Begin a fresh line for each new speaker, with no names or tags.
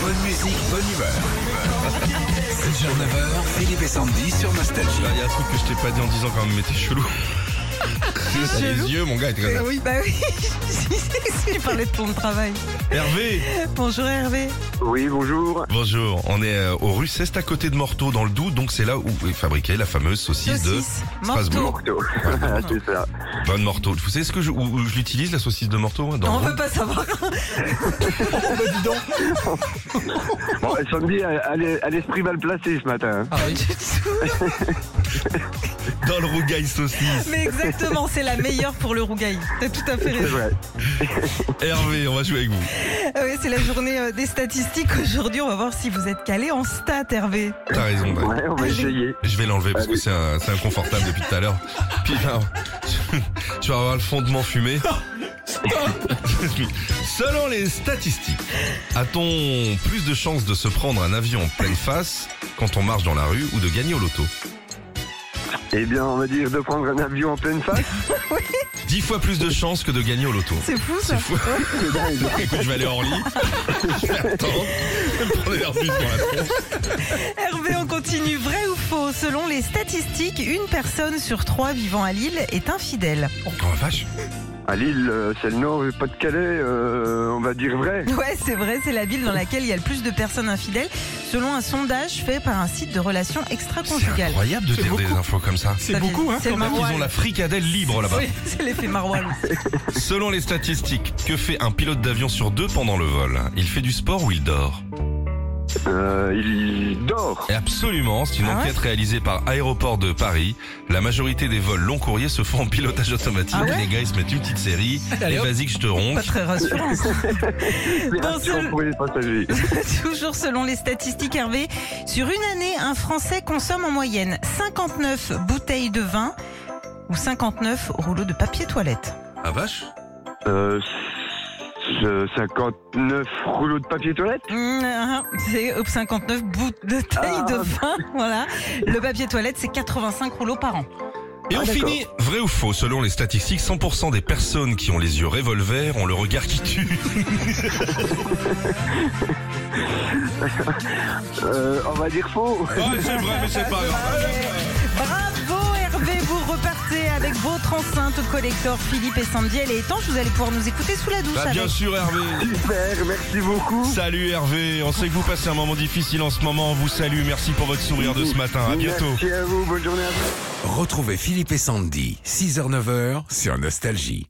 Classique bonne humeur. 6h, 9h, Philippe et Sandy sur Nostalgie.
Ah, Il y a un truc que je t'ai pas dit en disant quand même, mais t'es chelou. T'as
Chelou.
les yeux, mon gars, il est comme ça.
Oui, bah oui. Si, si, si, je parlais de ton travail.
Hervé
Bonjour Hervé.
Oui, bonjour.
Bonjour, on est euh, au rue Ceste à côté de Morteau, dans le Doubs, donc c'est là où est fabriquée la fameuse saucisse de
Saucisse,
Strasbourg.
morteau.
Morteau. Ah, c'est ça.
pain de Morteau. Vous savez ce que je, où, où je l'utilise, la saucisse de Morteau moi,
On
dans-
veut pas savoir.
Bon, samedi, à l'e- à l'esprit mal placé ce matin. hein.
Ah,
Pas du tout.
dans le rougail saucisse.
Mais exactement, c'est la meilleure pour le rougail. T'as tout à fait
C'est
raison.
vrai.
Hervé, on va jouer avec vous.
Ah oui, c'est la journée euh, des statistiques. Aujourd'hui, on va voir si vous êtes calé en stats, Hervé.
T'as raison, Dan.
Ouais, on va essayer.
Je vais l'enlever parce que c'est un- c'est inconfortable depuis tout à l'heure. Puis là, tu vas avoir le fondement fumé. Selon les statistiques, a-t-on plus de chances de se prendre un avion en pleine face quand on marche dans la rue ou de gagner au loto
Eh bien, on va dire de prendre un avion en pleine face.
10 fois plus de chances que de gagner au loto.
C'est fou ça.
C'est fou. Donc, écoute, je vais aller hors lit. Je vais attendre. Je vais prendre l'Airbus dans la tronche.
Hervé, on continue. Vrai ou faux Selon les statistiques, une personne sur trois vivant à Lille est infidèle.
Oh la vache.
À Lille, euh, c'est le Nord, et Pas-de-Calais, euh, on va dire vrai.
Ouais, c'est vrai, c'est la ville dans laquelle il y a le plus de personnes infidèles, selon un sondage fait par un site de relations
C'est
extra-conjugales.
incroyable de dire des infos comme ça.
C'est beaucoup, hein
Quand même, ils ont la fricadelle libre Oh, là-bas.
Oui, c'est l'effet maroilles.
Selon les statistiques, que fait un pilote d'avion sur deux pendant le vol Il fait du sport ou il dort
Euh, il dort.
Et Absolument, c'est une
Ah ouais
enquête réalisée par Aéroport de Paris. La majorité des vols long courriers se font en pilotage automatique.
Ah ouais
les gars, ils se mettent une petite série.
Allez,
Et
hop.
vas-y que je te ronque.
Pas très rassurant. ça.
C'est
Bon,
rassurant
seul-
pour les passagers.
Toujours selon les statistiques, Hervé, sur une année, un Français consomme en moyenne 59 bouteilles de vin ou 59 rouleaux de papier toilette.
Ah vache
Euh, ce 59 rouleaux de papier toilette.
Mmh, hein, c'est euh, 59 bouteilles de
Ah.
vin, voilà. Le papier toilette, c'est 85 rouleaux par an.
Et
Ah,
on
d'accord.
finit, vrai ou faux, selon les statistiques, 100% des personnes qui ont les yeux revolver ont le regard qui tue.
Euh, on va dire faux.
Ah, c'est vrai, mais c'est pas grave.
Bravo Hervé, vous repartez avec votre enceinte collector Philippe et Sandy. Elle est étanche, vous allez pouvoir nous écouter sous la douche.
Bah,
avec.
bien sûr, Hervé.
Super, merci beaucoup.
Salut Hervé, on sait que vous passez un moment difficile en ce moment, on vous salue, merci pour votre sourire de ce matin, à bientôt.
Merci à vous, bonne journée à vous.
Retrouvez Philippe et Sandy, 6h, 9h sur Nostalgie.